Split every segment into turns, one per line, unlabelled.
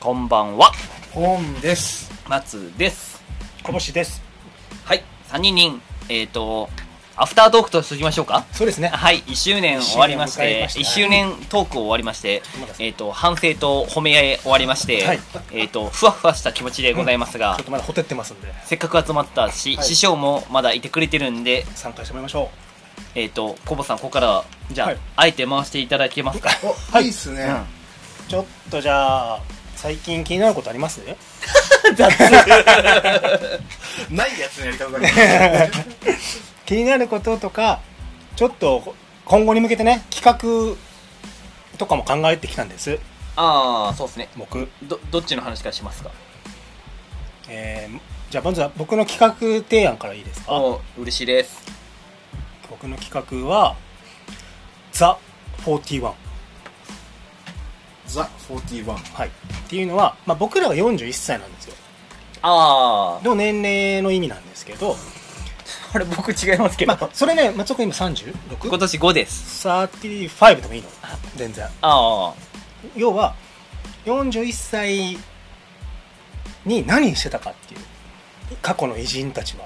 こんばんは
ホーンです。
松です
こぼしです。
はい3人人えっ、とアフタートークとしておきましょうか
そうですね。
はい1周年終わりま
一
し
周年迎え
て
ました
1周年トークを終わりまして
まだ、
えー、と反省と褒め合い終わりまして、
はい
えー、とふわふわした気持ちでございますが、
ちょっとまだほてってますんで、
せっかく集まったし、
はい
師匠もまだいてくれてるんで、
参加してもらいましょ
えっ、と、コボさん、ここからは、じゃあ、
はい
あえて回していただけますか。
お、はい、いいっすね。
ちょっとじゃあ、最近気になることあり ます
ないやつのやり方だから。
気になることとか、ちょっと今後に向けてね、企画とかも考えてきたんです。
ああ、そうですね。
僕。
ど、どっちの話からしますか
えーじゃあまずは僕の企画提案からいいですか
お嬉しいです。
僕の企画は、ザ・41。
ザ・41。
はい。っていうのは、まあ、僕らが41歳なんですよ。
ああ、
の年齢の意味なんですけど、
これ僕違いますけど。
まあ、それね、松尾君今 36?
今年5です。
35でもいいの全然。
あ
要は41歳に何してたかっていう過去の偉人たちは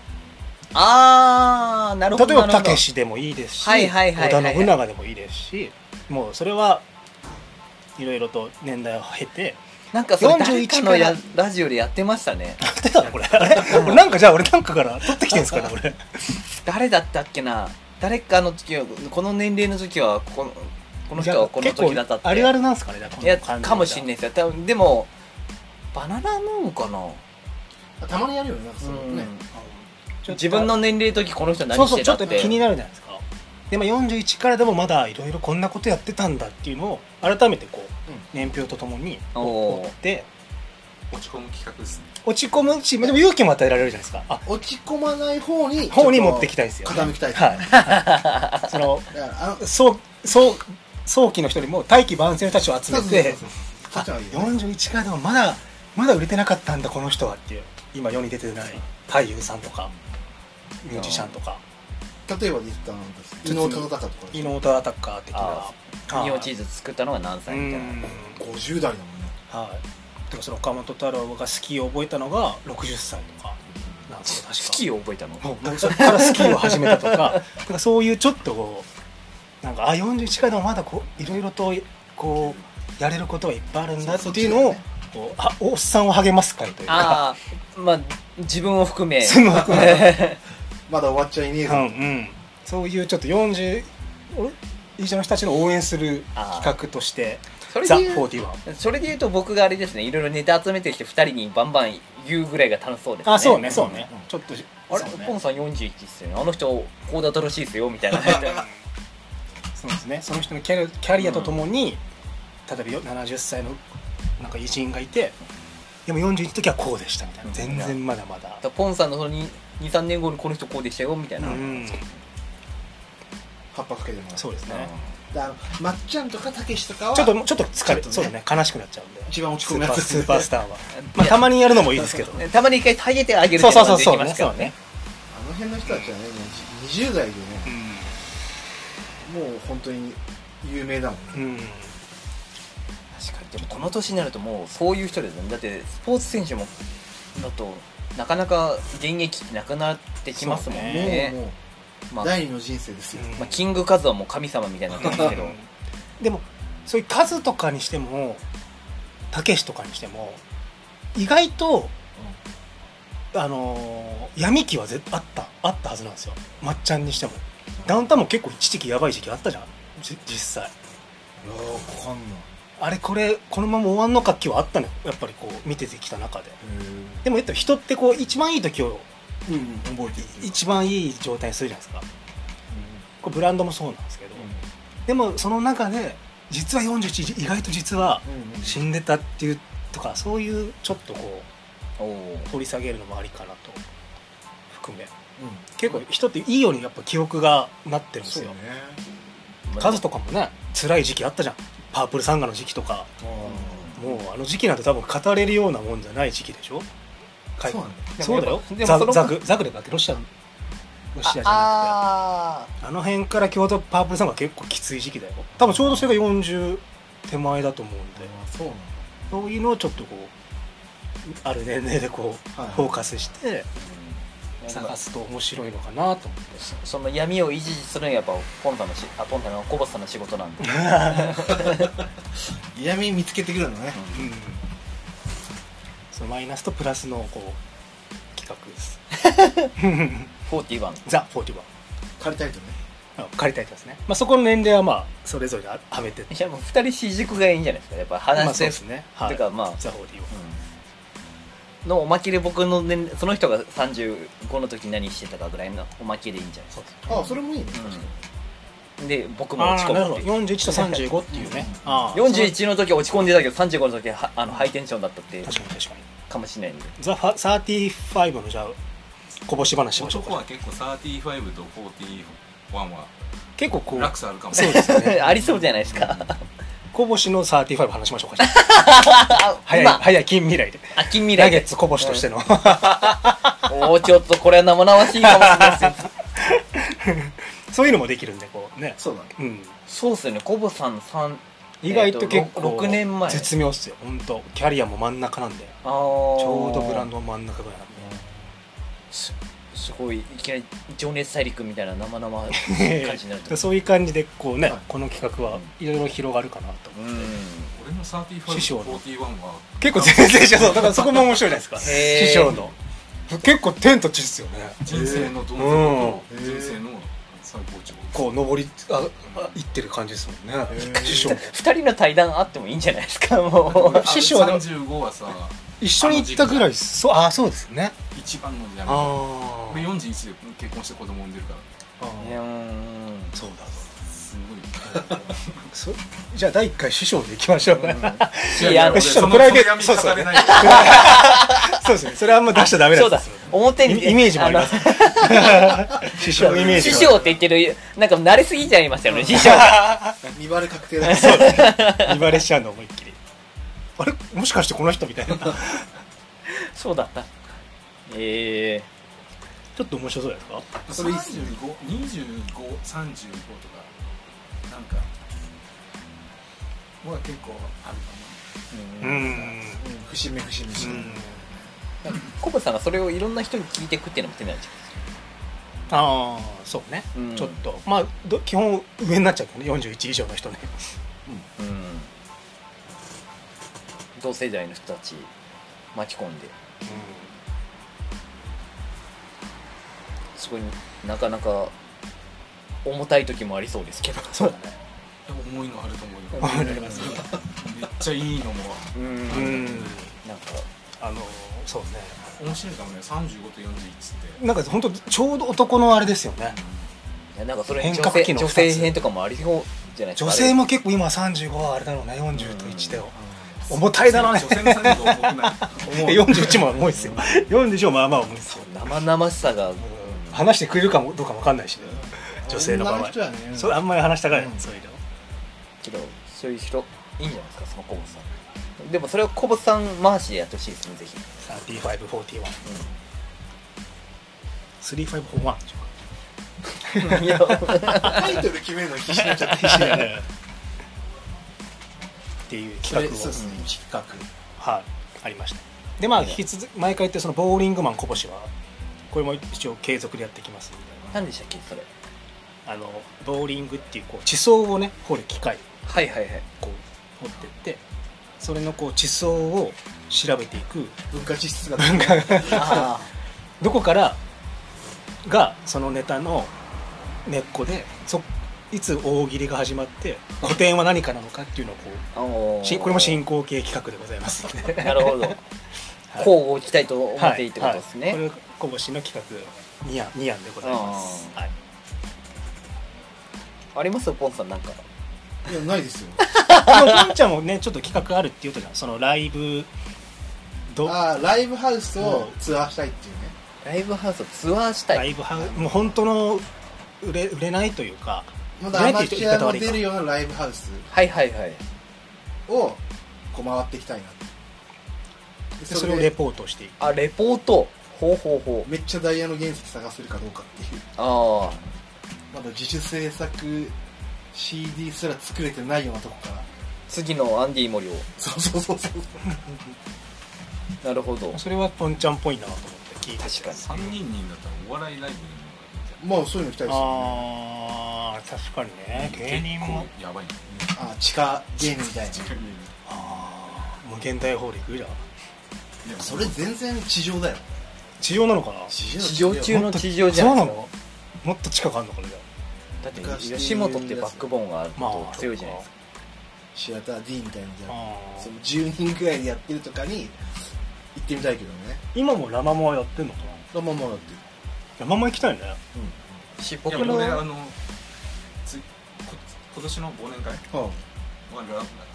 あ。ああ、なるほど。
例えば
なるほ
た
ど
けしでもいいですし
はい
織
はいはいはい
田信長でもいいですしもうそれはいろいろと年代を経て
なんかそれ誰
41
かのや
か
ラジオでやってましたね。
やってたのこれあれ 俺なんかじゃあ俺なんかから取ってきてんすかね俺
誰だったっけな誰かの時は、この年齢の時は、この、 この人はこの時だったっ
結
て。
構あるあるなんですかねだから
いや、かもしんないで
い
すよ。多分でも、バナナムーンかな
たまにやるよね、なんかそういうのね。
自分の年齢の時この人何
そう
し
そう
て
ちょ
たっ
ってと気になるじゃないですかでも41からでもまだいろいろこんなことやってたんだっていうのを改めてこう、
うん
年表とともに
おー
追って
落ち込む企画ですね。
落ち込むしでも勇気も与えられるじゃないですかあ
落ち込まない方に、
方に持ってきたいですよ、
傾きたい。
はい、はい、その
だから、あの、
早早早期の人にも大器晩成の人たちを集
そう
め
そう
て
そうそう。四
41からでもまだまだ売れてなかったんだこの人はっていう今世に出てない俳優さんとかミュージシャンとか
例えばで言ったら、なんか伊能忠敬とか。
伊能忠敬的な
あ
はい
日本チーズ作ったのが何歳みたいな
うん
50代だもんね。
はい。てかその岡本太郎がスキーを覚えたのが60歳とかなんですよ確か。
スキーを覚えたの
もうそこからスキーを始めたとか、だからそういうちょっとこうなんかあ41回でもまだこういろいろとこうやれることはいっぱいあるんだっていうのを
そう
こうあおっさんを励ます会というか。
ああまあ自分を含め
その含
まだ終わっちゃいねえ
うんう
ぞ。
ん、そういうちょっと40以上の人たちの応援する企画として
そ
「
れ
ザ・
で言う
41」
それで言うと僕があれですねいろいろネタ集めてきて2人にバンバン言うぐらいが楽しそうですね
あそうねそうね、
うん
ちょっと
あれ
そうね
ポンさん41っすよねあの人こうだったらしいっすよみ たいな
そうですねその人のキャリキャリアとともに、例えばよ70歳のなんか偉人がいてでも41の時はこうでしたみたいな、
うん
全然まだまだ
あ、とポンさんのその23年後にこの人こうでしたよみたいな、
うん
葉っぱかけてもらう。
そうですね、
であの、まっちゃんとかたけしとかは、
ちょっとちょっと疲れ
ちょっと
そ
ね
うだね悲しくなっちゃうんで
一番落ち
ス
込む
ー
や
パー
つ。
スーパースターは、
い
まあ、
や
たまにやるのもいいですけど
たまに一回下げてあげる
そう
って
そ
いうの
そ
も
う
でき
そう
ますから
ねそうね
ね、
あの辺の人たちはね、20代でね、もう本当に有名だもんね。
うん、うん、
確かにでもこの年になるともうそういう人ですねだってスポーツ選手もだとなかなか現役ってなくなってきますもん
そう
ね
もう、も
まあ
う、第二の人生ですよ。
うん
まあ、キングカズはもう神様みたいになってますけど
でもそういう数とかにしてもたけしとかにしても意外と、あのー闇期は絶あったあったはずなんですよまっちゃんにしてもダウンタウンも結構一時期やばい時期あったじゃんじ実際
いやー、わかんない。
あれこれこのまま終わんのか気はあったのよやっぱりこう見ててきた中ででもやっぱ人ってこう一番いい時を
うん、覚えてる。
一番いい状態にするじゃないですかこれブランドもそうなんですけど、でもその中で実は41意外と実は
うん
死んでたっていうとかそういうちょっとこ
おお
う掘り下げるのもありかなと含め
う
結構人っていいようにやっぱ記憶がなってる
ん、
んです
そうね
よ、。カズとかもね辛い時期あったじゃんパープルサンガの時期とかもうあの時期なんて多分語れるようなもんじゃない時期でしょかい
そうなんだよ。
そうだよ
でも
ザ
その
ザグザグレブだっけロシアのロシアじゃなくてあ
あ
の辺から京都パープルサンガ結構きつい時期だよ多分ちょうどそれが40手前だと思うんで
そうなんだ。
そういうのをちょっとこうある年齢でこう、
はい
フォーカスして探すと面白いのかなと思って
そその闇を維持するのはやっぱポンタのしあポンタのコボスさんの仕事なんで、うん
闇見つけてくるのね
うんそのマイナスとプラスのこう企画です
41
ザ・フォーティワン
借りたいとね
あ借りたいですね、まあ、そこの年齢はまあそれぞれはめて
いやもう2人私塾がいいんじゃないですかやっぱ
まあ
話
そう
せ、
ですねは
て
い
かまあ、
ザ・フォーティワン
うんのおまけで僕の年その人が35の時何してたかぐらいのおまけでいいんじゃないですか
あそれもいいね
うんで僕も
あ
落ち
ーなる
込む
ほ
っ
ど
ていう
41と35っていうね あー
41の時落ち込んでたけど35の時はあのハイテンションだったっていう
確かに確かに
かもしれないんで
ザ・ファ35のじゃあこぼし話しましょう
男は
か
結構35と41は
結構こう
落差あるかもし
そ
れ
う
な
で
い
す ね
ありそうじゃないです か
こぼしの35話しましょうか
あ
早い
今
早い近未来で
あ近未
ラ
来
ゲ
で
ッツこぼしとしての
おおちょっとこれは生々しいかもしれない ですよ
そういうのもできるんでこうね
そうだね
うん
そうっすよねコボさん3
意外と結
えー
構
とろく年前
絶妙っすよ本当キャリアも真ん中なんでち
あ
ょうどブラン
ド
ドの真ん中ぐらいなんです
ごいいきなり「情熱大陸」みたいな生々しい感じに なると
でそういう感じでこうね、
はい
この企画はいろいろ広がるかなと
思ううん
俺の
師匠
35と
の
41は
結構全然違うだからそこも面白いじゃないですか
へー
師匠の結構天と地ですよね
人生のどん底
え
と
ー
人生の最高潮
こう上りああ行ってる感じですもんね
ー
師匠も
二人の対談あってもいいんじゃないですかも
あ
う
の
師匠はでも
35はさ
一緒に行ったぐらいですそうあそうですね
一番のじゃん
あ
俺41で結婚して子供産んでるから
あ
いやうん
そうだ
すごい
そじゃあ第一回師匠で行きましょう、
いや
俺
師匠
そ
の
の
プライベート
闇語れないよ
そうですねそれあんま出しちゃダメな
そ
ん
う
で
だ
す
表に
イイメージもあります
の
師匠のイメージ
師
が
匠って言ってるなんか慣れすぎちゃいましたよね 師匠が
見バレ確定だ ね
見バレしちゃうの思いっきりあれもしかしてこの人みたいなち
そうだったええ
ょっと面白そうじゃないですか
それいいっすね252535とかなんかは結構ある
う
うんん
節目節目節目
コブさんがそれをいろんな人に聞いていくっていうのも手なんじゃ
ああそうね、
うん
ちょっとまあど基本上になっちゃうけどね41以上の人ね
ないうん同世代の人たち巻き込んですごいなかなか重たい時もありそうですけど
そうだね
かな重いのあると思うよ
思い出ます
めっちゃいいのも
うん
うん
なんか
あのそうね
面白いかもね35と41って
なんか本当ちょうど男のあれですよね
いやなんかそれ
変
女
革期
性
の
女
二つ
性編とかもありそうじゃないですか
女性
も
も結構今35はあれだろうね40と1で
あ
重たいだろうね
女性の差異が多くない
41も重いですよ41もまあまあ重いですよ
生々しさが
話してくれるかもどうかもわかんないしね
ー
女性の場
女
合
人はね
それあんまり話したがらない
うん
そういうの
けどそういう人いいんじゃないですかそのコボさんでもそれをコボさん回しでやってほしいですねぜひ
3541 3541でしょ
いや
タイトル決めるの必死になっちゃった
必死だねっていう企画を
そうですね企画
はいありましたでまあ引き続き毎回言ってそのボーリングマンこぼしはこれも一応継続でやってきますんで
何でしたっけそれ
あのボーリングっていうこう地層をね掘る機械
はいはいはい
こう掘ってってそれのこう地層を調べていく
文化実質が
文化
あ
どこからがそのネタの根っこでそいつ大喜利が始まって古典は何かなのかっていうのをこ
あお
う
ー
しこれも進行形企画でございますので
なる ほど
い
交互期待と思っていいってことですね、
はいはいこれこぼしの企画ニアニアンでございます
あ
はい
ありますポンさんなんか
いやない ですよ
でもポンちゃんもねちょっと企画あるって言うとじゃんそのライブどラ
ああライブハウスをツアーしたいっていうね
ライブハウスをツアーしたい
イブハウスもう本当の売れ売れないというか
まだアマチュアも出るようなライブハウス
はいはいはい
をこう回っていきたいなで
でそ
そ
れ
れ
をレ
で
ポートしていく
あレポートほうほうほう
めっちゃダイヤの原石探せるかどうかっていう
ああ
まだ自主制作 CD すら作れてないようなとこから
次のアンディ森を
そうそうそうそう
なるほど
それはポンちゃんっぽいなと思って聞いて
確かに
三人になったらお笑いライブでも
まあそういうの行きたいですよね
あー確かにね芸人も
結構やばいね
あ地下芸人みたいな
ああ無限大ホール行くじゃん
いや
それ全然地上だよ
地上なのかな
地
地上
地
中の地上じゃ
そ
な
う
い
な
ですか
のもっと近くあるのかなじゃ
だって吉本ってバックボーンがある
まあ
と強いじゃないですか
シアター D みたいなのじゃん
ああ
その10人くらいでやってるとかに行ってみたいけどね
今もラマモはやってんのかな
まあまあまあだって
ラマモ行きたいね
し
い
僕
や俺あ
の
のつこ今年の忘年会
は
は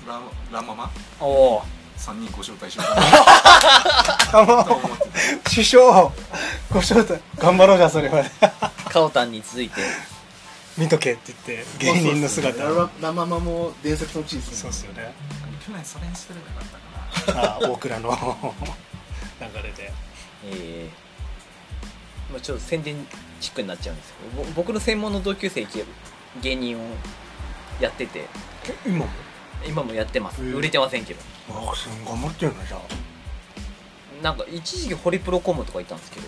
ラララママ
おお
三人ご紹介しようか
ラマ
なと
モ
思ってて
師匠ご招待頑張ろうじゃんそれは
カオタンに続いて
見とけって言って
あ
芸人の姿
そうっすねラマラママも伝説の地位です
そ
ね
うっすよね
去年それにしてればよかったかな
あー大倉の流れで
えーまあ、ちょっと宣伝チックになっちゃうんですけどぼ僕の専門の同級生芸人をやってて
今も
今もやってます
へー
売れてませんけど
あすごい頑張ってるねじゃあ
なんか一時期ホリプロコムとかいたんですけど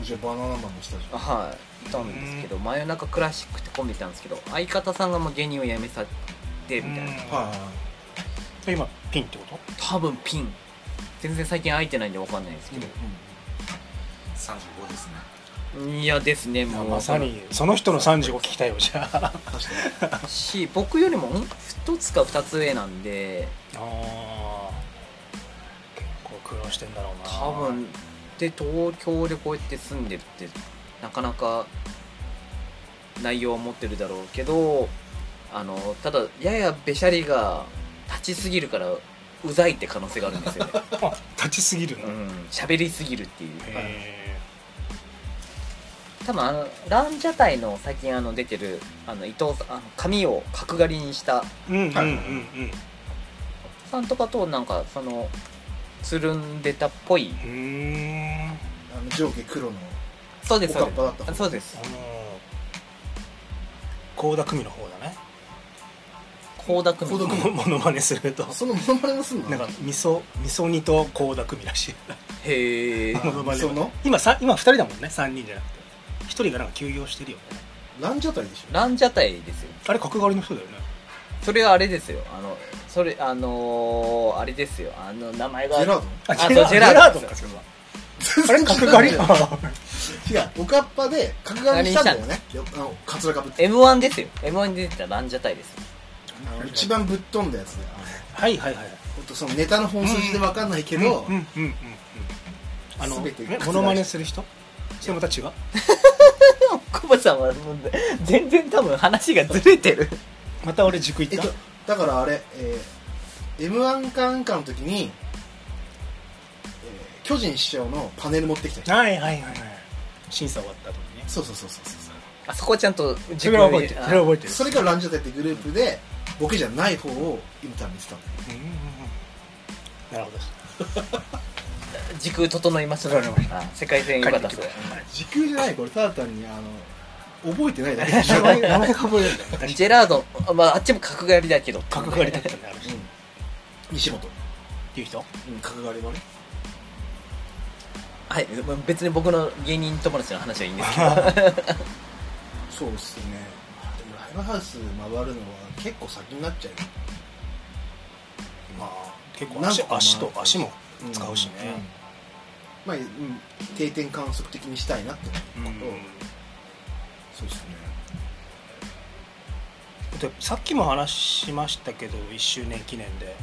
おじゃあバナナマンの下じゃん
はいいたんですけど真夜中クラシックってコンビいたんですけど相方さんがもう芸人を辞めさってみたいな
はいは
はい
はい
い今ピンってこと
多分ピン全然最近空いてないんで分かんないですけど、
三十五ですね
いやですねもう
まさにその人の35聞きたいよじゃあ
確か
し僕よりもん一つか二つ上なんで
あー結構苦労してんだろうな
多分で東京でこうやって住んでるってなかなか内容を持ってるだろうけどあのただややべしゃりが立ちすぎるからうざいって可能性があるんですよ ね
あ立ちすぎるな、
う
へ
ん喋りすぎるっていう
え
多分あのランジャタイの最近あの出てるあの伊藤さんあの髪を角刈りにした
うんうんうん
はい
さんとかとなんかそのつるんでたっぽい
うんうん
にあの上下黒の
そうです
おかっぱだった
あそうです
あの倖田來未の方だね
倖田來未
倖田來
ものまねすると
そのモノマネもすんの
なんか味噌味噌煮と倖田來未らしい
へえ
あ
物まね
その
今さ今2人だもんね3人じゃなくて1人がなんか休業してるよね
ランジャタイでしょ
ランジャタイですよ
あれ角刈りの人だよね
それはあれですよあのそれあのー、あれですよあの名前が
ジェラー
あ
あ
そう
ジェラ
ジェラー
ー
ド
ドかそれは
ド
あ れ角 刈り
違う おかっぱで角刈りにしたんだよねよあのカツラかぶって
m 1ですよ m 1に出てたランジャタイですよ
あの一番ぶっ飛んだやつであの
はいはいはい
ほんとそのネタの本筋でわかんないけ
け
ど、
うんうんうんうんあの
全て覆
ね
した
モノマネする人それまた違う
コバさんはもう全然多分話がずれてる
また俺塾行
えっ
っ
とだからあれ、えー、m 1かなんかの時に、えー巨人師匠のパネル持ってきた人
たはいはいはいはい審査終わった後にね
そうそうそうそうそう
あそこはちゃんと
それは覚えてるそれは覚えてる
それがランジャタイってグループでボケじゃない方を今多分見てたんだよ
うんうんうんなるほど
時空整いましたねあ世界戦よかったです
時空じゃないこれただ単にあの覚えてないだけ でし
名
ょ、
前名前が覚えられない
ジェラードあ,、まあ、あっちも角刈りだけど
角刈りだったんだあの人っ
うん、西本、
ていう人
うん、角刈りのね
はい別に僕の芸人友達の話はいいんですけど
そうっすねでもライブハウス回るのは結構先になっちゃうよ
まあ結構
なん
足
か
足と足も
うん
使うしね
うんまあ、うん、定点観測的にしたいなって
うん
ことを、そうですね
でさっきも話しましたけど1周年記念で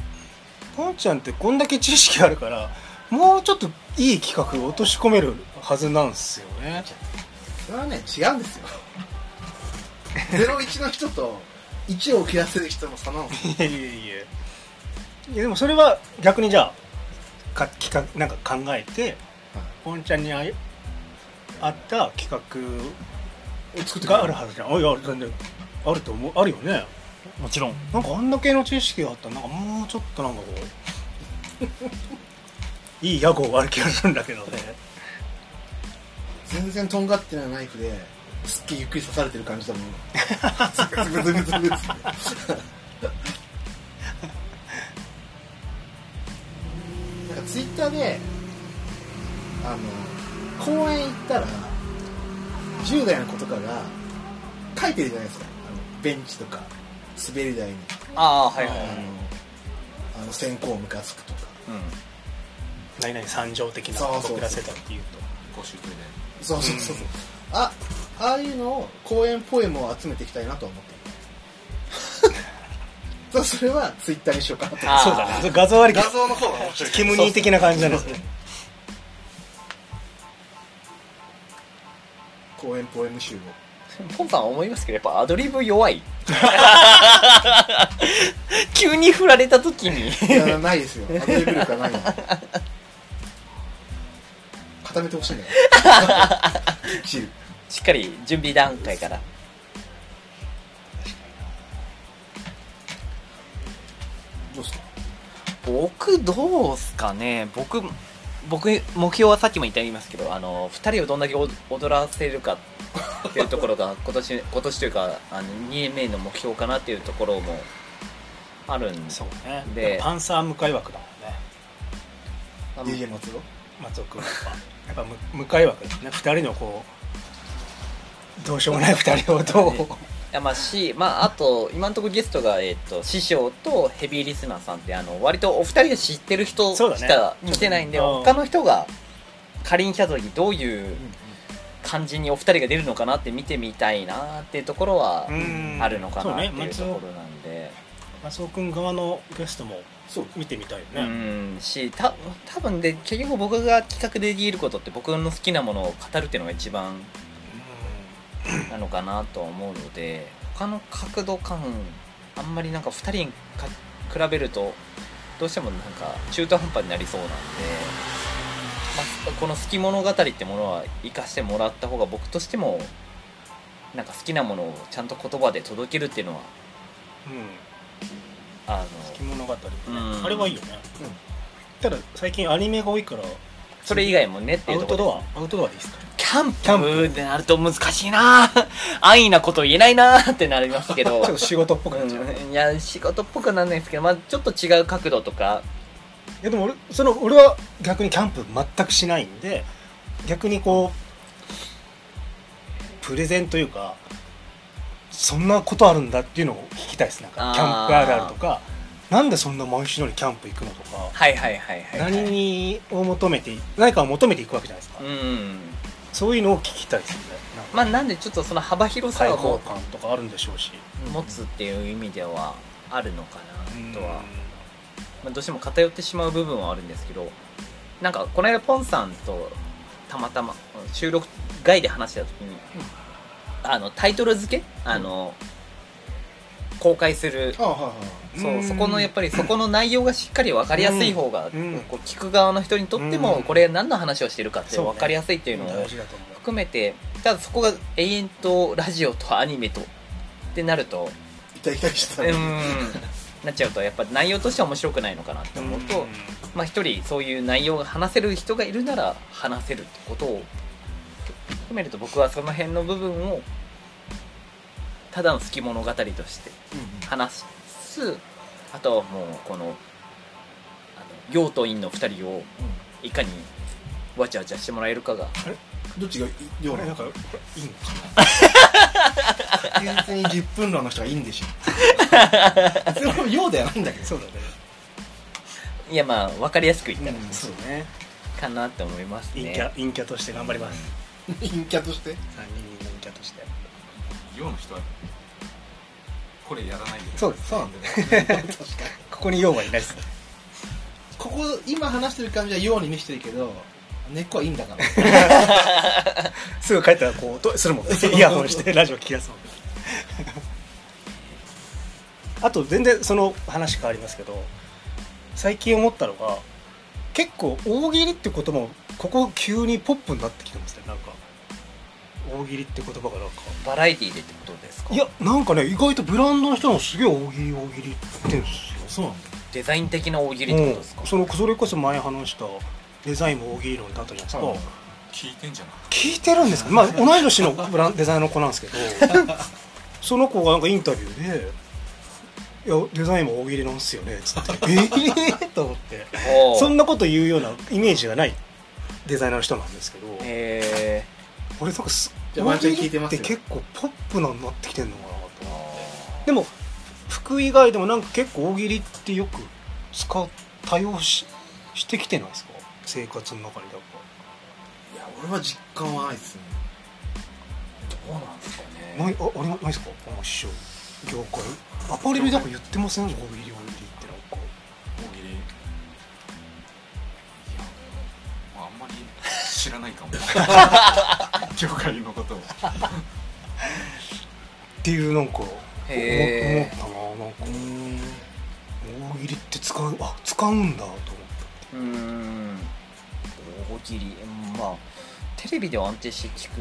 ポンちゃんってこんだけ知識あるからもうちょっといい企画を落とし込めるはずなんですよね
それはね違うん ですよ01の人と1を切らせる人の差なの
いやいやいやいやでもそれは逆にじゃあか企画なんか考えてポンちゃんにあい合った企画
作
があるはずじゃんあいや全然あると思うあるよね
もちろん
なんかあんだけの知識があったらなんかもうちょっとなんかこう いい屋号がある気がするんだけどね
全然とんがってないナイフで突っきゆっくり刺されてる感じだもんズブズブズブズブズブツイッターであの公園行ったら10代の子とかが書いてるじゃないですかあのベンチとか滑り台に
ああーはいはい
あ
は
の
い、
あの先行ムカつくとか
うん、
何々三条的なことを暮らせたっていうと
公衆トイレ
そうそうそうそう、あああいうのを公園ポエムを集めていきたいなとは思 ってるそうそれはツイッターにしようかなと思って
あー
そうだねそれ画像ありき
画像の方が面白い
キムニー的な感じなんですね
公園ポエム集を
ポンさんは思いますけどやっぱアドリブ弱い 急に振られた時に
いやないで すよアドリブ力はないの固めてほしいんだ よきっちり
しっかり準備段階から
どうですか
僕どうすかね僕僕目標はさっきも言ったように言いますけどあの2人をどんだけお踊らせるかっていうところ が今年今年というかあの2年目の目標かなっていうところもあるんで
そうね
で
パンサー向かい枠だもんね
あの
DJ 松尾
松尾君はやっぱやっぱむ向かい枠ですね二人のこうどうしようもない二人をどう
ねいやまあし、まあ、あと今のところゲストが、えっと師匠とヘビーリスナーさんってあの割とお二人が知ってる人し
そうだね
か来てないんで、
うん
他の人がかりん来た時どういう感じにお二人が出るのかなって見てみたいなっていうところは
うん
あるのかなっていうと
そうね
ころなんで
松尾君側のゲストも
そう
見てみたいよ
う
ね、
んした多分で結局僕が企画でできることって僕の好きなものを語るっていうのが一番なのかなとは思うので他の角度感あんまりなんか2人にか比べるとどうしてもなんか中途半端になりそうなんで、まあ、この「好き物語」ってものは生かしてもらった方が僕としてもなんか好きなものをちゃんと言葉で届けるっていうのは
うん
あ
月物語ね、
うん
あれはいいよね、ただ最近アニメが多いから
のそれ以外もねって
ア
いう
ウ
とこ
ト
ろ
ドアアウトドアでいいですか
キャン
キャン
プってなると難しいな 安易なこと言えないなってなりますけど
ちょっと仕事っぽくなっちゃう、い
うんいや仕事っぽくなんないですけど、まあ、ちょっと違う角度とか
やでも俺その俺は逆にキャンプ全くしないんで逆にこうプレゼンというかそんなことあるんだっていうのを聞きたいですなんか
あー
キャンプあるあるとかなんでそんな毎週のようにキャンプ行くのとか、
はいはいはいはい、はい、
何にを求めて何かを求めていくわけじゃないですか、
うん
そういうのを聞きたいですよねなんか
まあなんでちょっとその幅広
開
さを
放
も
感とかあるんでしょうし
持つっていう意味ではあるのかなとは
うん、
まあ、どうしても偏ってしまう部分はあるんですけどなんかこの間ポンさんとたまたま収録外で話した時に、あのタイトル付けあの、公開する
ああはいはいはい
そううんそこのやっぱりそこの内容がしっかり分かりやすい方が、
うん
こう聞く側の人にとって
う
も
ん
これ何の話をしてるかって
そうね
分かりやすいっていうのを
大事だと思う
含めてただそこが永遠とラジオとアニメとってなると
いたいたりし
う
た
ー
ら
んなっちゃうとやっぱ内容としては面白くないのかなって思うと、まあ一人そういう内容が話せる人がいるなら話せるってことを含めると僕はその辺の部分をただの好き物語として話すあとはもうこのあの陽と陰の2人をいかにわちゃわちゃしてもらえるかが
どっちが量
これな
なの
んか
か
これいいのか
確実に10分論の人がいいんでしょそれも量ではないんだけどそうだね
いやまあ分かりやすく言ったら
うん
な
そう
うね
かなって思います
陰
ね
キャ陰キャとして頑張ります
陰キャとして
3人の陰キャとして
世の人はこれやらないで
そうです
そうなんだよ確かに
ここに用はいないです
ここ今話してる感じはように見せてるけど根っこはいいんだから
すぐ帰ったらこう音するも んねイヤホンしてラジオ聞きやすいもんねあと全然その話変わりますけど最近思ったのが結構大喜利って言葉もここ急にポップになってきてますねなんか大喜利って言葉がなんか
バラエティーでってことですか
いやなんかね意外とブランドの人もすげえ大喜利大喜利って言ってるんですよ
そうなんだ
デザイン的な大喜利ってことですか、
うんそのそれこそ前話したデザインも大喜利論だったじゃないですか、
はい
聞いてんじゃない
聞いてるんですか、まあ、同い年 のブランデザインの子なんですけどその子がなんかインタビューでいやデザインも大喜利なんすよね」 つって「ええー!」と思って
お
そん
な
なこと言うようなイメージがないデザイナーの人なんですけど
え
俺なんかす
じゃあワンチャン聞いてます
っ
よ
て結構ポップなのになってきてんのかなと思ってでも服以外でもなんか結構大喜利ってよく使う多用ししてきてないですか生活の中にだか
いや俺は実感はないですね
ー、どうなんですかね
らないああれないですかこの師匠業界アパレルだから言ってません大喜利大喜利ってなんか
大喜利いやまああんまり知らな いかも業界のことを
っていうなんか思
へ
思ったななんか大喜利って使うあ使うんだと思って
うーん大喜利うんまあテレビでは安定して聞く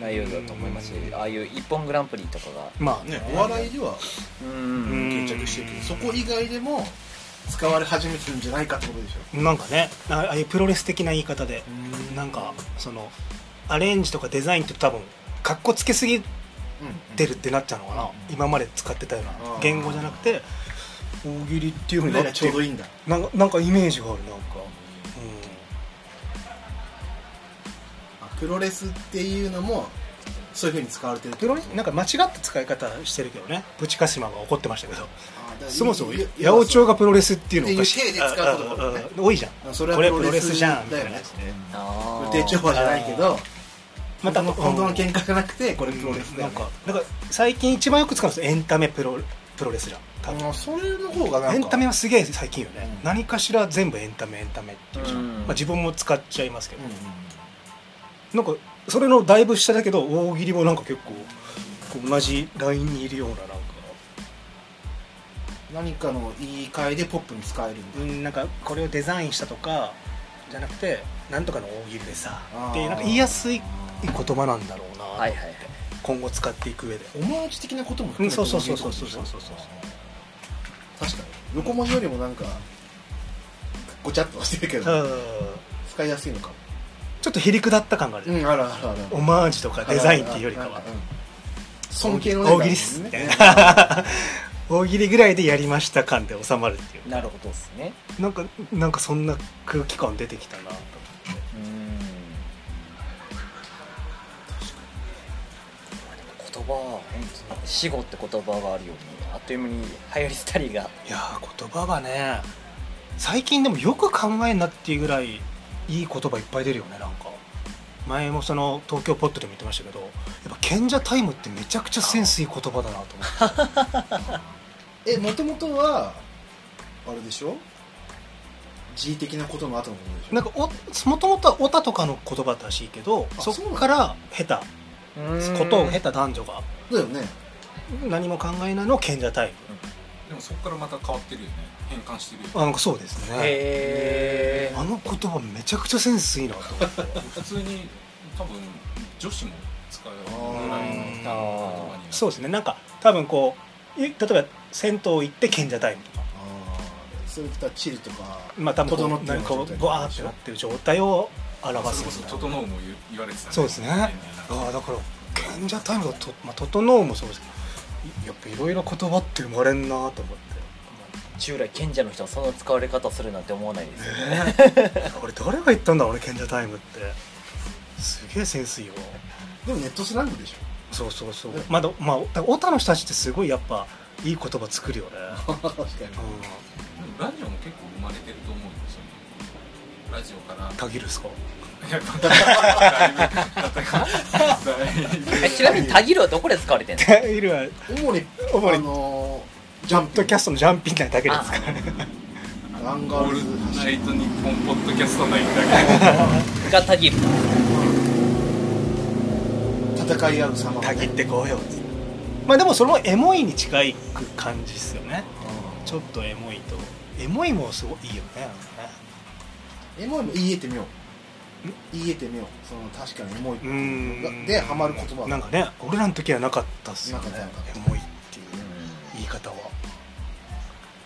内容だと思います
う
し
ん
ああいう「一本グランプリ」とかが
まあ
ねお笑いでは
う
うんん
定着してるけどそこ以外でも使われ始めてるんじゃないかってことでしょ
なんかねあああいうプロレス的な言い方でなんかそのアレンジとかデザインって多分かっこつけすぎ
うん
てるってなっちゃうのかな、今まで使ってたよう
う
なん言語じゃなくて大喜利っていうふうにな
な
っ
ん
て
か
る
ちょうどいいんだ
なんかなんかイメージがあるなんか、
プロレスっていうのもそういうふうに使われてる
うん、プロレスなんか間違った使い方してるけどねブチカシマが怒ってましたけどそもそも八百長がプロレスっていうのおかしい
っていう体で使うことが多いね
あああ多いじゃん
あそれは
これ
プ
プ
ロ
ロ
レ
レ
ス
ス
じ
じ
ゃ
ゃ
ん
ん
だよね
あー
手帳じゃないけど
また
本当の喧嘩じゃなくてこれプロレスだ
な
よ
ん
ね
かなんか最近一番よく使うんですよエンタメプロプロレスラー多分
あそれの方がなんか
エンタメはすげえ最近よね、
うん
何かしら全部エンタメエンタメっていうじゃん、
うん
まあ、自分も使っちゃいますけ
う
ど
ん、うん
なんかそれのだいぶ下だけど大喜利もなんか結構こう同じラインにいるようななんか
何かの言い換えでポップに使えるんだ
うんなんかこれをデザインしたとかじゃなくてなんとかの大喜利でさ
あー
っていうなんか言いやすい言葉なんだろうな、
はいはいはい
今後使っていく上で
オマージュ的なことも
うん
含めて
そうそうそうそうそうそうそう
確かに横文字よりもなんかごちゃっとしてるけ
う
ど
ん
使いやすいのかも
ちょっとへりくだった感がある、
うんあるあるある
オマージュとかデザインっていうよりかは
うん尊敬の
大喜利っすみたいな大喜利ぐらいでやりました感で収まるっていう
なるほどですね
なんかなんかそんな空気感出てきたなと
うーん言葉は本当に死語って言葉があるようにあっという間に流行りしたりが
いやー言葉がね最近でもよく考えんなっていうぐらいいい言葉いっぱい出るよねなんか前もその東京ポットでも言ってましたけどやっぱ賢者タイムってめちゃくちゃセンスいい言葉だなと思って
えもともとはあれでしょ G 的なことの後のことでしょ
なんかもともとはオタとかの言葉らしいけど
あ
そこから下手ことを下手男女が
だよね
何も考えないのを賢者タイム
でもそこからまた変わってるよね変換してるよね
あなんかそうですね
へ
あの言葉めちゃくちゃセンスいいなと思って
普通に多分女子も使うぐらいの言葉に
そううですねなんか多分こうい例えば銭湯行って賢者タイムとか
ああそういったチルとか
まあ多分こ
整っ
う
てる
なんかこ
状態
うわーってなってる状態を表
それこ
す
そ
み
「
たいな
整う」も言う言われてたね
そうですねああだから賢者タイムだとまあ整うもそうですけどいやっぱいろいろ言葉って生まれんなと思って
ー従来賢者の人はそんな使われ方するなんて思わないですよ ね
俺誰が言ったんだろうね賢者タイムってすげえセンスいいよ
でもネットスラングでしょ
そうそうそうまだまあだからオタの人たちってすごいやっぱいい言葉作るよね、
確かに
う
でもラジオも結構生まれてると思うんですよねラジオ から
ん、たぎるっすか
やっぱだいぶだいぶ
えちなみにタギルはどこで使われてんの
たぎるは
主に
主に
あのー、ジ
ジ
ャ
ャ
ン
ンプ
プ
キャストのジャンピングだけです
あ
か
アン
オ
ガ
ー
ールズ
ルナイトニッポンポッドキャストナイトだけ
がタギル
戦い合う様
たぎってこうよまあでもそれもエモいに近い感じっすよねちょっとエモいとエモいもすごいいいよねなんかね
エモいも言えてみよう言えてみようその確かにエモいって
う
いうの
ん
がでハマる言葉
なんかね俺らの時はなかったっすよね
なかったなかった
エモいっていう言い方は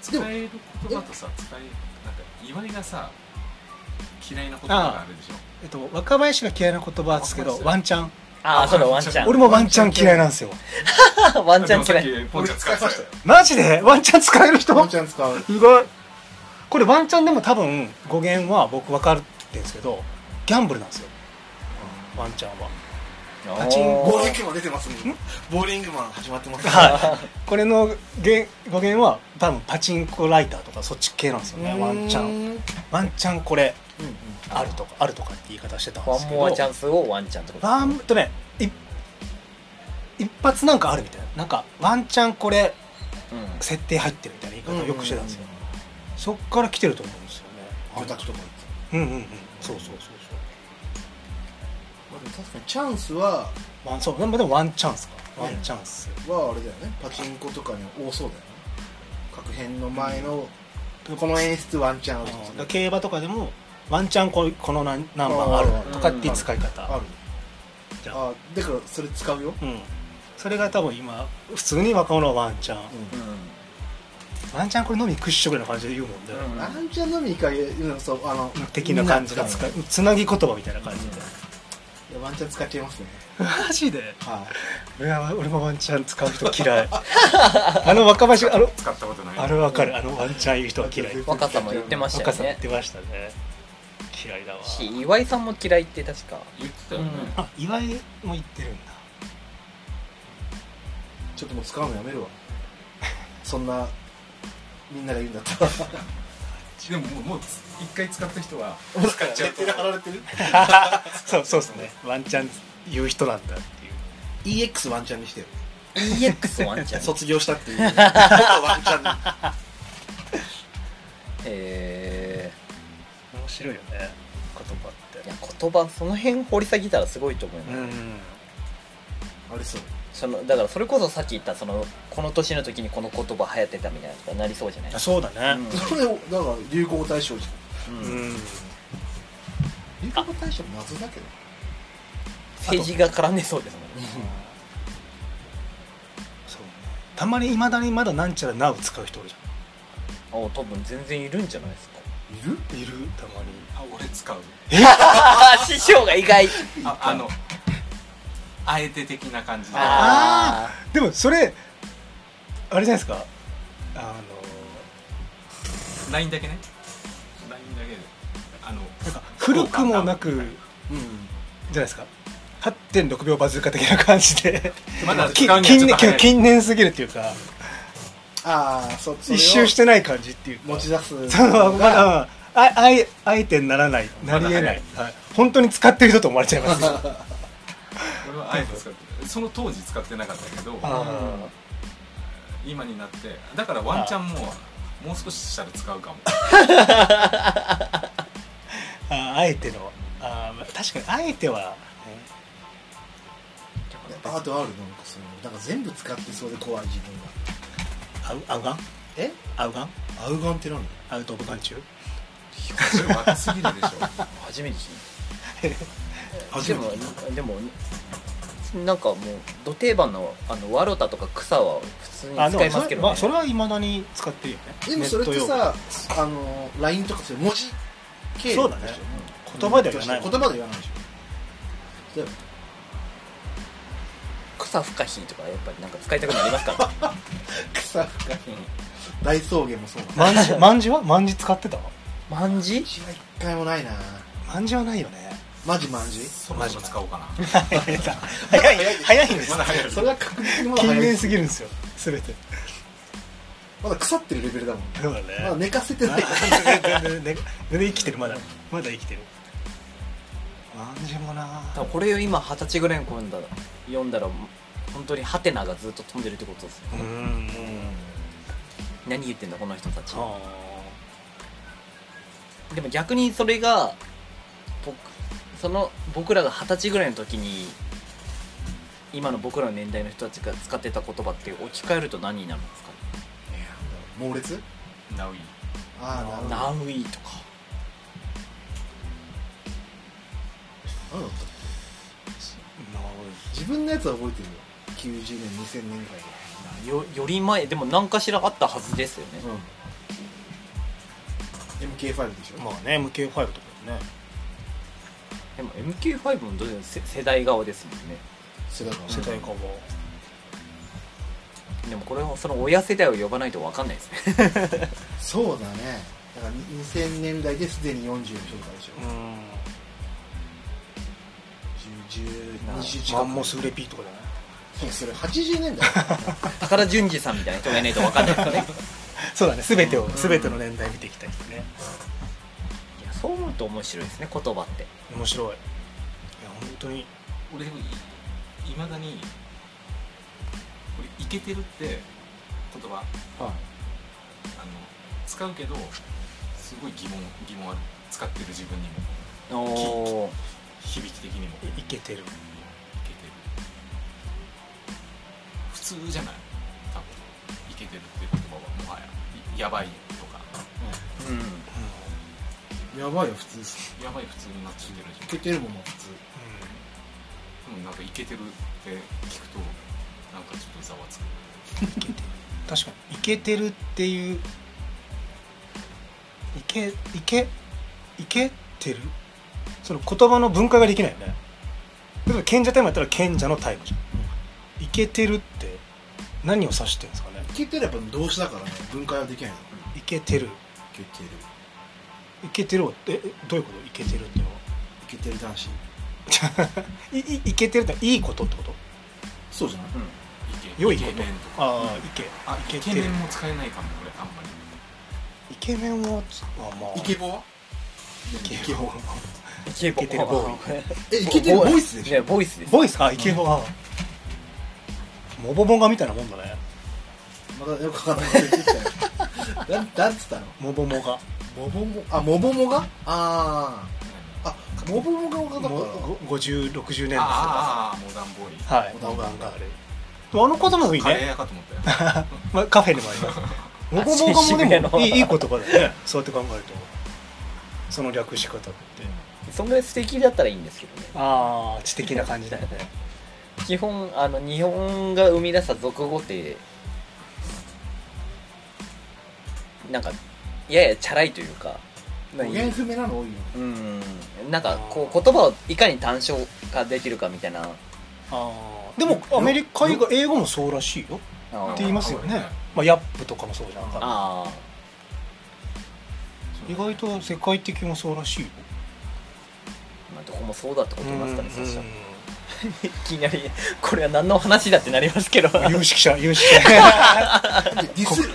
使える言葉とさ使えなんか岩井がさ嫌いな言葉があるでしょ
えっと若林が嫌いな言葉ですけど
あ
ワンチャン
ああそれワンチャン
俺もワンチャン嫌いなんですよ
ワンチャン嫌い
いポンちゃん使ってたよ
マジでワンチャン使える人
ワンチャン使う
意外これワンチャンでも多分語源は僕分かってんですけどギャンブルなんですよワンチャンはパチンコ
ボーリングマン出てますもんボーリングマン始まってます
はい これのげ語源は多分パチンコライターとかそっち系なんですよねワンチャン
ン
ワンチャンこれあるとかあるとかって言い方してたんで
ワ
す
ン
けど
モアチャンスをワンチャンってこと
ワンとねい一発なんかあるみたいななんかワンチャンこれ
う
設定入ってるみたいな言い方をよくしてたんですよそっから来てると思うんですよね
魚拓とか言って
うんうんうんそうそうそうそ
まあでも確かにチャンスは
うワンそうでもでもワンチャンスかワンチャンス
はあれだよねパチンコとかには多そうだよね各編の前の、この演出ワンチャンあるとか
だから競馬とかでもワンチャンここのナンナンバーあるわとかっていう使い
あ
方
る
じゃあ
あだからそれ使うよ
うんそれが多分今普通に若者はワンチャン
ん
ワンチャンこれ飲み屈指ぐらいの感じで言うもんで、
うん
ワンチャンのみにかうんそうあの
的な感じが使うつなぎ言葉みたいな感じで、
いやワンチャン使っちゃいますね
マジで
はい
や俺もワンチャン使う人嫌い あの若林あの
使ったことない
あれわかるあのワンチャン言う人は嫌い
い
若さも言ってました
若
よ
さん言
ね
ってましたね嫌いだわ
し岩井さんも嫌いって確か
言ってたよね
あ岩井も言ってるんだ
ちょっともう使うのや めるわそんなみんなが言うんだったら
でももうもう一回使った人は使っちゃうと思う
れてる
そうそうですねワンチャン言う人なんだっていう
EX ワンチャンにしてよ
EX ワンチャン
卒業した っていうワンチャンに
え
面白いよね言葉っ
ーいや言葉その辺掘り下げたらすごいと思います、
うん
あれそう
そのだからそれこそさっき言ったそのこの年の時にこの言葉流行ってたみたいなとかなりそうじゃない
あそうだね
それをだから流行語大賞じ
うん
う
うん
ん
ゃん流行語大賞謎だけど
政治が絡んでそうですもんね
そうねたまにいまだにまだなんちゃらなう使う人おるじ
お多分全然いるんじゃないですか
ゃんいるいるたまに
あ俺 使う
ああ師匠が意外
ああのあえて的な感じで
あ
でもそれあれじゃないですかあの
ラインだけねラインだけであの
古くもなく
うん
じゃないですか8.6秒バズーカ的な感じで
まだ使
き
うにはち
近
ょっと早
年
い
近年すぎるっていうか
ああそっち
一周してない感じっていうか
持ち出す
そのまだああいあえてならないなりえな
まだ早
い
い、
はい、本当に使ってる人と思われちゃい ますよ
俺はあえて使ってその当時使ってなかったけど
あー
今になってだからワンチャンももう少ししたら使うかも
ああえてのあー確かにあえては、
あとあるなんかそういうのなんか全部使ってそうで怖い自分が
アウアウガン
え
アウガン
アウガンって何
アウト・オブ・ガン中
それ若すぎるでしょ
ー初めて聞いた
初
で
め
も
て聞い
でもなんかもうど定番のあのワロタとか草は普通に
あで
使い
も
ま
そ
すけ
れ,、
ど
ま
ね
あ、それはいまだに使ってるよね
でもそれって
ネッ
さあの LINE とかそういう文字系
そうだねト用語言葉では言わないもん
言葉で言わないでしょだよ
草不可避とかやっぱりなんか使いたくなりますから
草深い大草原もそうだ
まんじまんじはまんじ使ってた
万字
私は一回もないな
まんじはないよね
マジマジ
そろそろ使おうかな
早い早いんです
まだ早 い
それは確実にまだ
近
早い
年すぎるんですよ全て
まだ腐ってるレベルだもん
そうだね
まだ寝かせてない
全 然ね全然生きてるまだまだ生きてるまんじもな
多分これを今二十歳ぐらいの頃だ読んだら本当にハテナがずっと飛んでるってことですね
うーん
何言ってんだこの人たち
あ
でも逆にそれが僕その僕らが二十歳ぐらいの時に今の僕らの年代の人たちが使ってた言葉って置き換えると何になるんですかね
猛烈
ナウイ
ああなるほど
ナウイとか
ーな
なんだったっけ自分のやつは覚えてるよ90年2000年ぐらい
よより前でも何かしらあったはずですよね、
うん MK5 でしょ
まあね MK5 とかね
でも MQ5 もどういう世世代側ですもんね
世代が
世代かも
でもこれはその親世代を呼ばないと分かんないですね
そうだねだから2000年代ですでに40の人とかでしょ
うん
10 20近
マ
く
ンモスグレピーとかじゃない
いやそれ80年代
宝淳二さんみたいな人がいないと分かんないですよね
そうだね全てを全ての年代見ていきたいですね
いやそう思うと面白いですね言葉って
面白いいや本当に
俺でもいまだにこれ「イケてる」って言葉、あの使うけどすごい疑問疑問ある使ってる自分にも
おー
響き的にも「イ
いいけてる
ケてる」普通じゃない多分「イケてる」っていう言葉はもはや「やばい」とか
うん
やばいよ普通です
「やばい」普通になっちゃってるじゃん
いけてるもんもう普通
でもなんか「イケてる」って聞くとなんかちょっとざわつく
確かにいけてるっていういけいけいけてるその言葉の分解ができないよね例えば賢者タイムやったら賢者のタイムじゃんいけてるって何を指してるんですかね
いけてるやっぱ動詞だからね分解はできないの
いけてる
いけてる
いけてるをええどういうこといけてるっていうのはい
けてる男子
いいいけてるっていいことってこと
そうじゃない
イケ
良い
イ
こ
ケ
と
メンとか
ああ、いけ
あ
イケ
イ
て
ケ
る
メンも使えないかもこれあんまり
イケメンはつあまあ
イケボは
イケボ
イケ
イケてるボ
えいけてるボイスでしょ
いやボイスです
ボイスかイケボはモボボンガみたいなもんだね
まだよくわかんないこと言ってたよなんなんつったの
モボモガ
モボモあモボモがあああモボモが分かったから
5060年代
あーあーあーモダンボーイ
はい
モボモガ
あれあの言葉もいい
カレー
ね、
屋かと思ったよ
まあ、カフェにもありますモボモガもでもいいいい言葉だよねそうやって考えるとその略し方って
そんぐらい素敵だったらいいんですけどね
ああ知的な感じだよね
基本あの日本が生み出した俗語ってなんかややチャラいというかな
語源不明なの多いよね
うんなんかこう言葉をいかに単勝化できるかみたいな
ああでもアメリカ海外英語もそうらしいよ
あ
って言いますよね、まあ、ヤップとかもそうじゃんか
あー
意外と世界的もそうらしいよ
まあ、どこもそうだってことになってたねそしたら
うん
いきなりこれは何の話だってなりますけど
有識者有識者
でディスる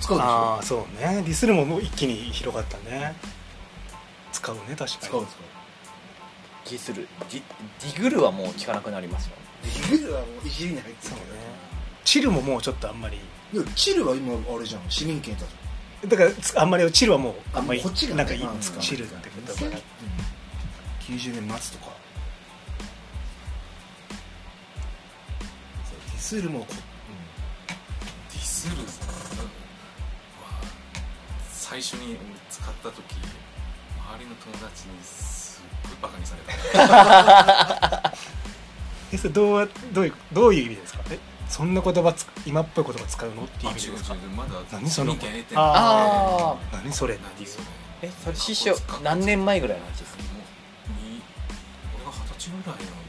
使うでし
あ
ょ
あそうねディスるももう一気に広がったね使うね確
使
か
う
に
気するディディグルはもう聞かなくなりますよ
使うディグルはもういじりに入ってたけど
チルももうちょっとあんまり
でもチルは今あれじゃん市民権だ
だからつあんまりチルはもう
あ
あんまり
こっちがね
なんかいい
うん
チルってことだから
じゃん90年末とかそうディスるもこ
ディスるは最初に俺使った時周りの友達にすっごいバカにされた
えそれどうやどういうどういう意味ですかえそんな言葉つ今っぽい言葉使うのっていう意
あ
味
違う
ですか
違うまだ
何その
見てねって
あ
あ
ー何それ
何それ
えそれ師匠何年前ぐらいの話ですか
もうに俺が二十歳ぐらいの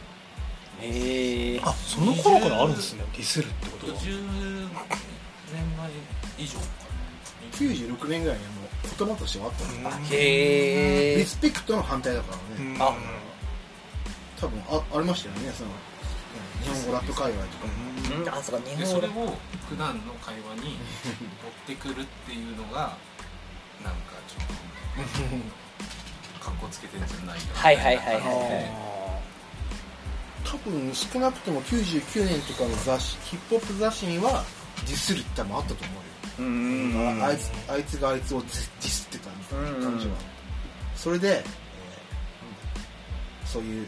ええ
あその頃からあるんですねディスるってことは
10年前以上か
う96年ぐらいにはもう言葉としてはあったの
へ
リ
え
スペクトの反対だからね、
うん
あ
多分あありましたよねその日本語ラップ界隈とか、
うんあそうか日
で
本
そ
語
れ
だ
を普段の会話に持ってくるっていうのがなんかちょっとかっこつけてんじゃないかみた
はいはいはいはいはい
多分少なくとも99年とかの雑誌ヒップホップ雑誌にはディスるってもあったと思う
う
よ、
ん
ああいつあいつがあいつをディスディスってたみたいな感じは、
うん
それで、えーそういう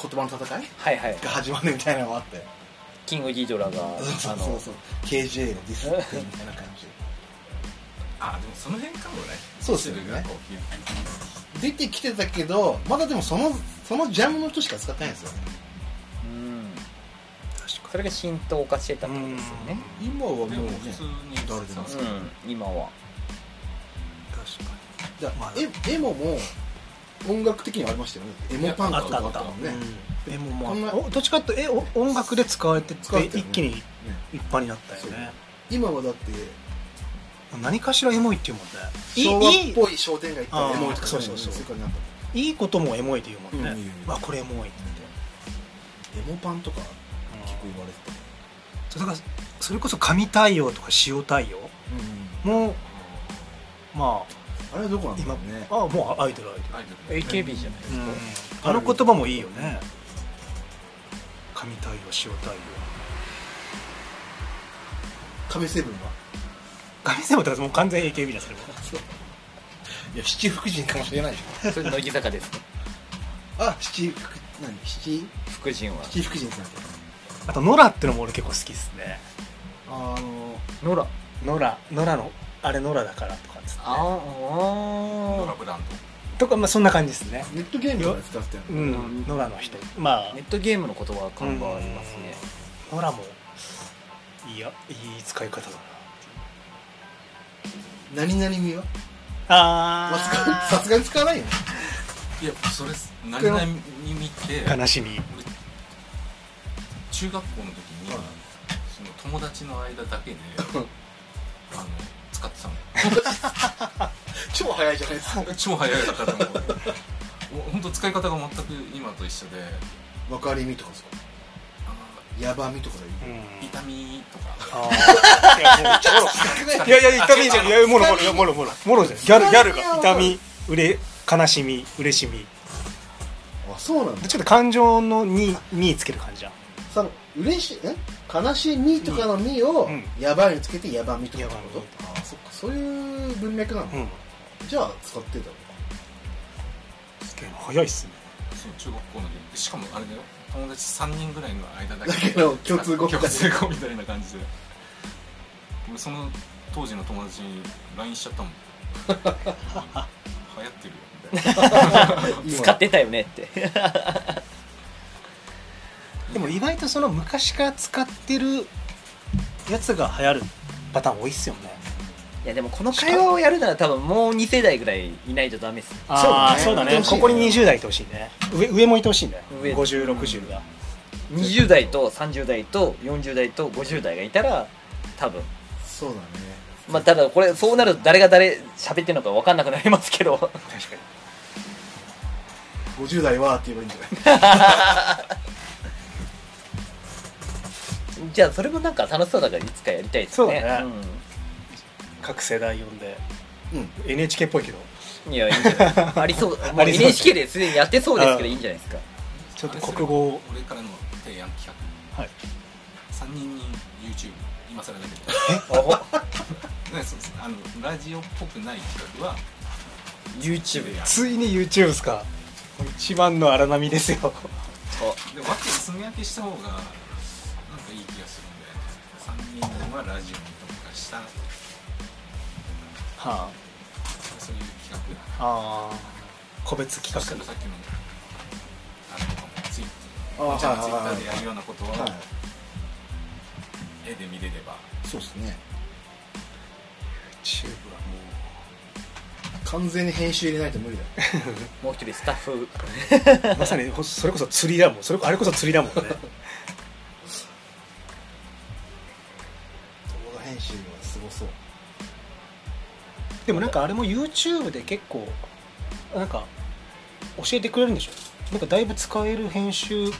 言葉の戦い
はいはい
が始まるみたいなのがあって
キングギドラが
そ
あ
うそ
の
うそう KJ のディスってみたいな感じ
あでもその辺かもね
そうですよね
シルがこう広がる
出てきてたけどまだでもそのそのジャンルの人しか使ってないんですよね
うんそれが浸透化してたってことですよね
今はもう
で
ね
も普通に
誰でも
そう
うん今は
だからエエモも音楽的にはありましたよねエモパンクとかあったもんね
うん、でもま
こんな
あおどっちかっていうとえお音楽で使われて
使われて
て一
るね
気に一般になったよね
今はだって
何かしらエモいっていうもんねい
昭和
いい
っぽい商店街行ったらエモいとか
あーそうそうそう
い感じなんか
いいこともエモいっていうもんね、
うんいいよいいよ
まあこれエモいって、
エモパンとか結構言われてた
そうだからそれこそ神対応とか塩対応もま
あれはどこなんだろ
今
うね
ああもうアイドルアイドル
アイドル
AKB じゃない
あの言葉もいいよね神対応塩対応
亀セブンは
神様とかもう完全 AKB だそれも
いや七福神かもしれないでし
それ乃木坂ですか
あ七福何七
福神は
七福神さんだっけ
あとノラってのも俺結構好きですね
ああの
ノラ
ノラノラのあれノラだからとかっつって
あ
ドラ
あ
ブラン
とかまあそんな感じですね
ネットゲームとかで使ってたよ
う
ね
んノラの人まあ
ネットゲームの言葉は看板ありますね
ノラもいやいい使い方だな
何々味はまあ使うさ
あ
すがに使わないよね
ドいやそれ何々に見て
あ悲しみ
中学校の時にその友達の間だ けであの使ってたの
超早いじゃないですか
超早いだからも う本当使い方が全く今と一緒で
分かりみとかですか
あ
ヤバみとかでいい
の痛みとか
あーいやもうちょろいやいや痛みじゃんいやもろもろいやもろもろもろじゃんギャルギャルが痛みうれ悲しみ嬉しみ
あそうなんだ
どっちょっと感情のににつける感じじゃん
その嬉しいえ悲しいみとかのみを
うん
ヤバいにつけてヤバみとかってこと
ヤ
あーそっかそういう文脈なの
うん
じゃあ使ってたの
すげえな早いっすね
そう中学校の時でしかもあれだよ友達3人ぐらいの間だ
だけど共通語みたいな
共通語みたいな感じで俺その当時の友達に LINE しちゃったもん流行ってるよみたい な
使ってたよねって
でも意外とその昔から使ってるやつが流行るパターン多いっすよね
いやでもこの会話をやるなら多分もう2世代ぐらいいないとダメっす
ああ
そ
そうう
だ
だ
ね
ねここに20代いてほしいね上上もいてほしいんだよ
上
5060が
20代と30代と40代と50代がいたら多分
そうだね
まあただこれそうなると誰が誰喋ってるのか分かんなくなりますけど
確かに
50代はって言えばいいんじゃない
じゃあそれもなんか楽しそうだからいつかやりたいですね
そうだね各世代呼んで
うん
NHK っぽいけど
うん、いやいいんじゃない ありそうもう
ありそう
NHK ですでにやってそうですけど
うん
いいんじゃないですか
ちょっと国語を
俺からの提案企
はい
画3人に YouTube 今更だけど
あ
ねそうそうあのラジオっぽくない企画は
YouTube や
ついに YouTube ですか一番の荒波ですよ
でも分けて住み分けした方がなんかいい気がするんで3人はラジオに特化した
は
そういう企画
ああ個別
そ
企
したらさっきのあのツイッ
あ
ター
は
じゃあツイッタ
は
ーでやるようなことを
いはい
絵で見れれば
そうですね
YouTube は
完全に編集入れないと無理だよ
もう一人スタッフ
もうまさにほそれこそ釣りだもんそれこあれこそ釣りだもんね
動画編集はすごそう
でもなんかあれも YouTube で結構なんか教えてくれるんでしょなんかだいぶ使える編集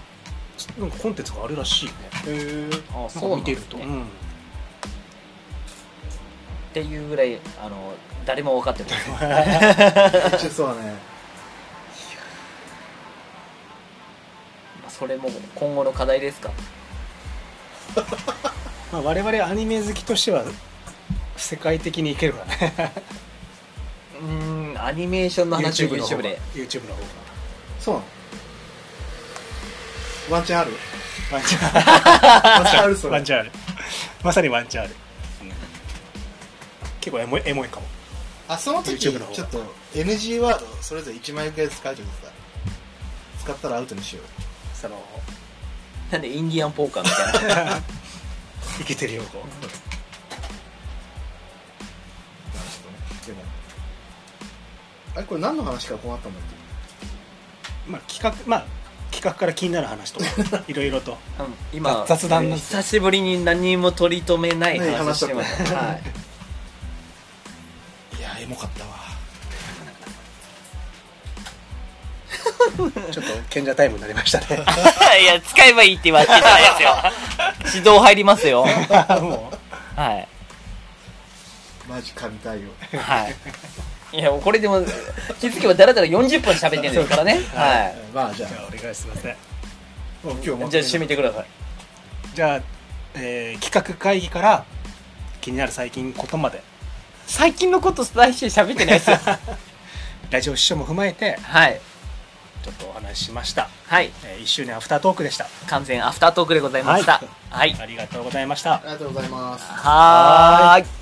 なんかコンテンツがあるらしいね
へ
あ
なんか見てると、
っ
ん、
ていうぐらいあの誰も分かって ません
えめっちゃそうだね
まあそれも今後の課題ですか
まあ、我々アニメ好きとしては世界的にいけるからね
うーんアニメーションの話を
YouTube の方
YouTube
が
で
YouTube の方が
そうなのワンチャンある
ワンチャン
ワンチャンあるそ
ワ
れ
ンチャンあるまさにワンチャンある、結構エモいエモいかも
あその時ちょ
YouTube の方
っと NG ワードそれぞれ1枚くらい使うけどさ使ったらアウトにしよう
その
なんでインディアンポーカーみたいな
いけてるよこ
なるほどねでもあれこれ何の話からこうなったんだっけ
まあ、企画まあ企画から気になる話と かいろいろと
うん今
雑談なんです
久しぶりに何も取り留めない
ない話
話してました、はい、
いやエモかったわ
ちょっと賢者タイムになりましたね
いや、使えばいいって言われてないですよ。 指導入りますよ。
も
はい。
マジ神対応
はい。いや、もうこれでも、気づけばだらだら40分喋ってるんですからね。は
まあじゃ
うじゃあお願いしますね
あ今日も
い。じゃあ、締めてください。
じゃあ、えー企画会議から気になる最近ことまで
最近のこと最初に喋ってないですよ。
ラジオ師匠も踏まえて
はい。
ちょっとお話ししました、
はい。
えー、1周年アフタートークでした
完全アフタートークでございました。はい。
ありがとうございました
ありがとうございます
はーい。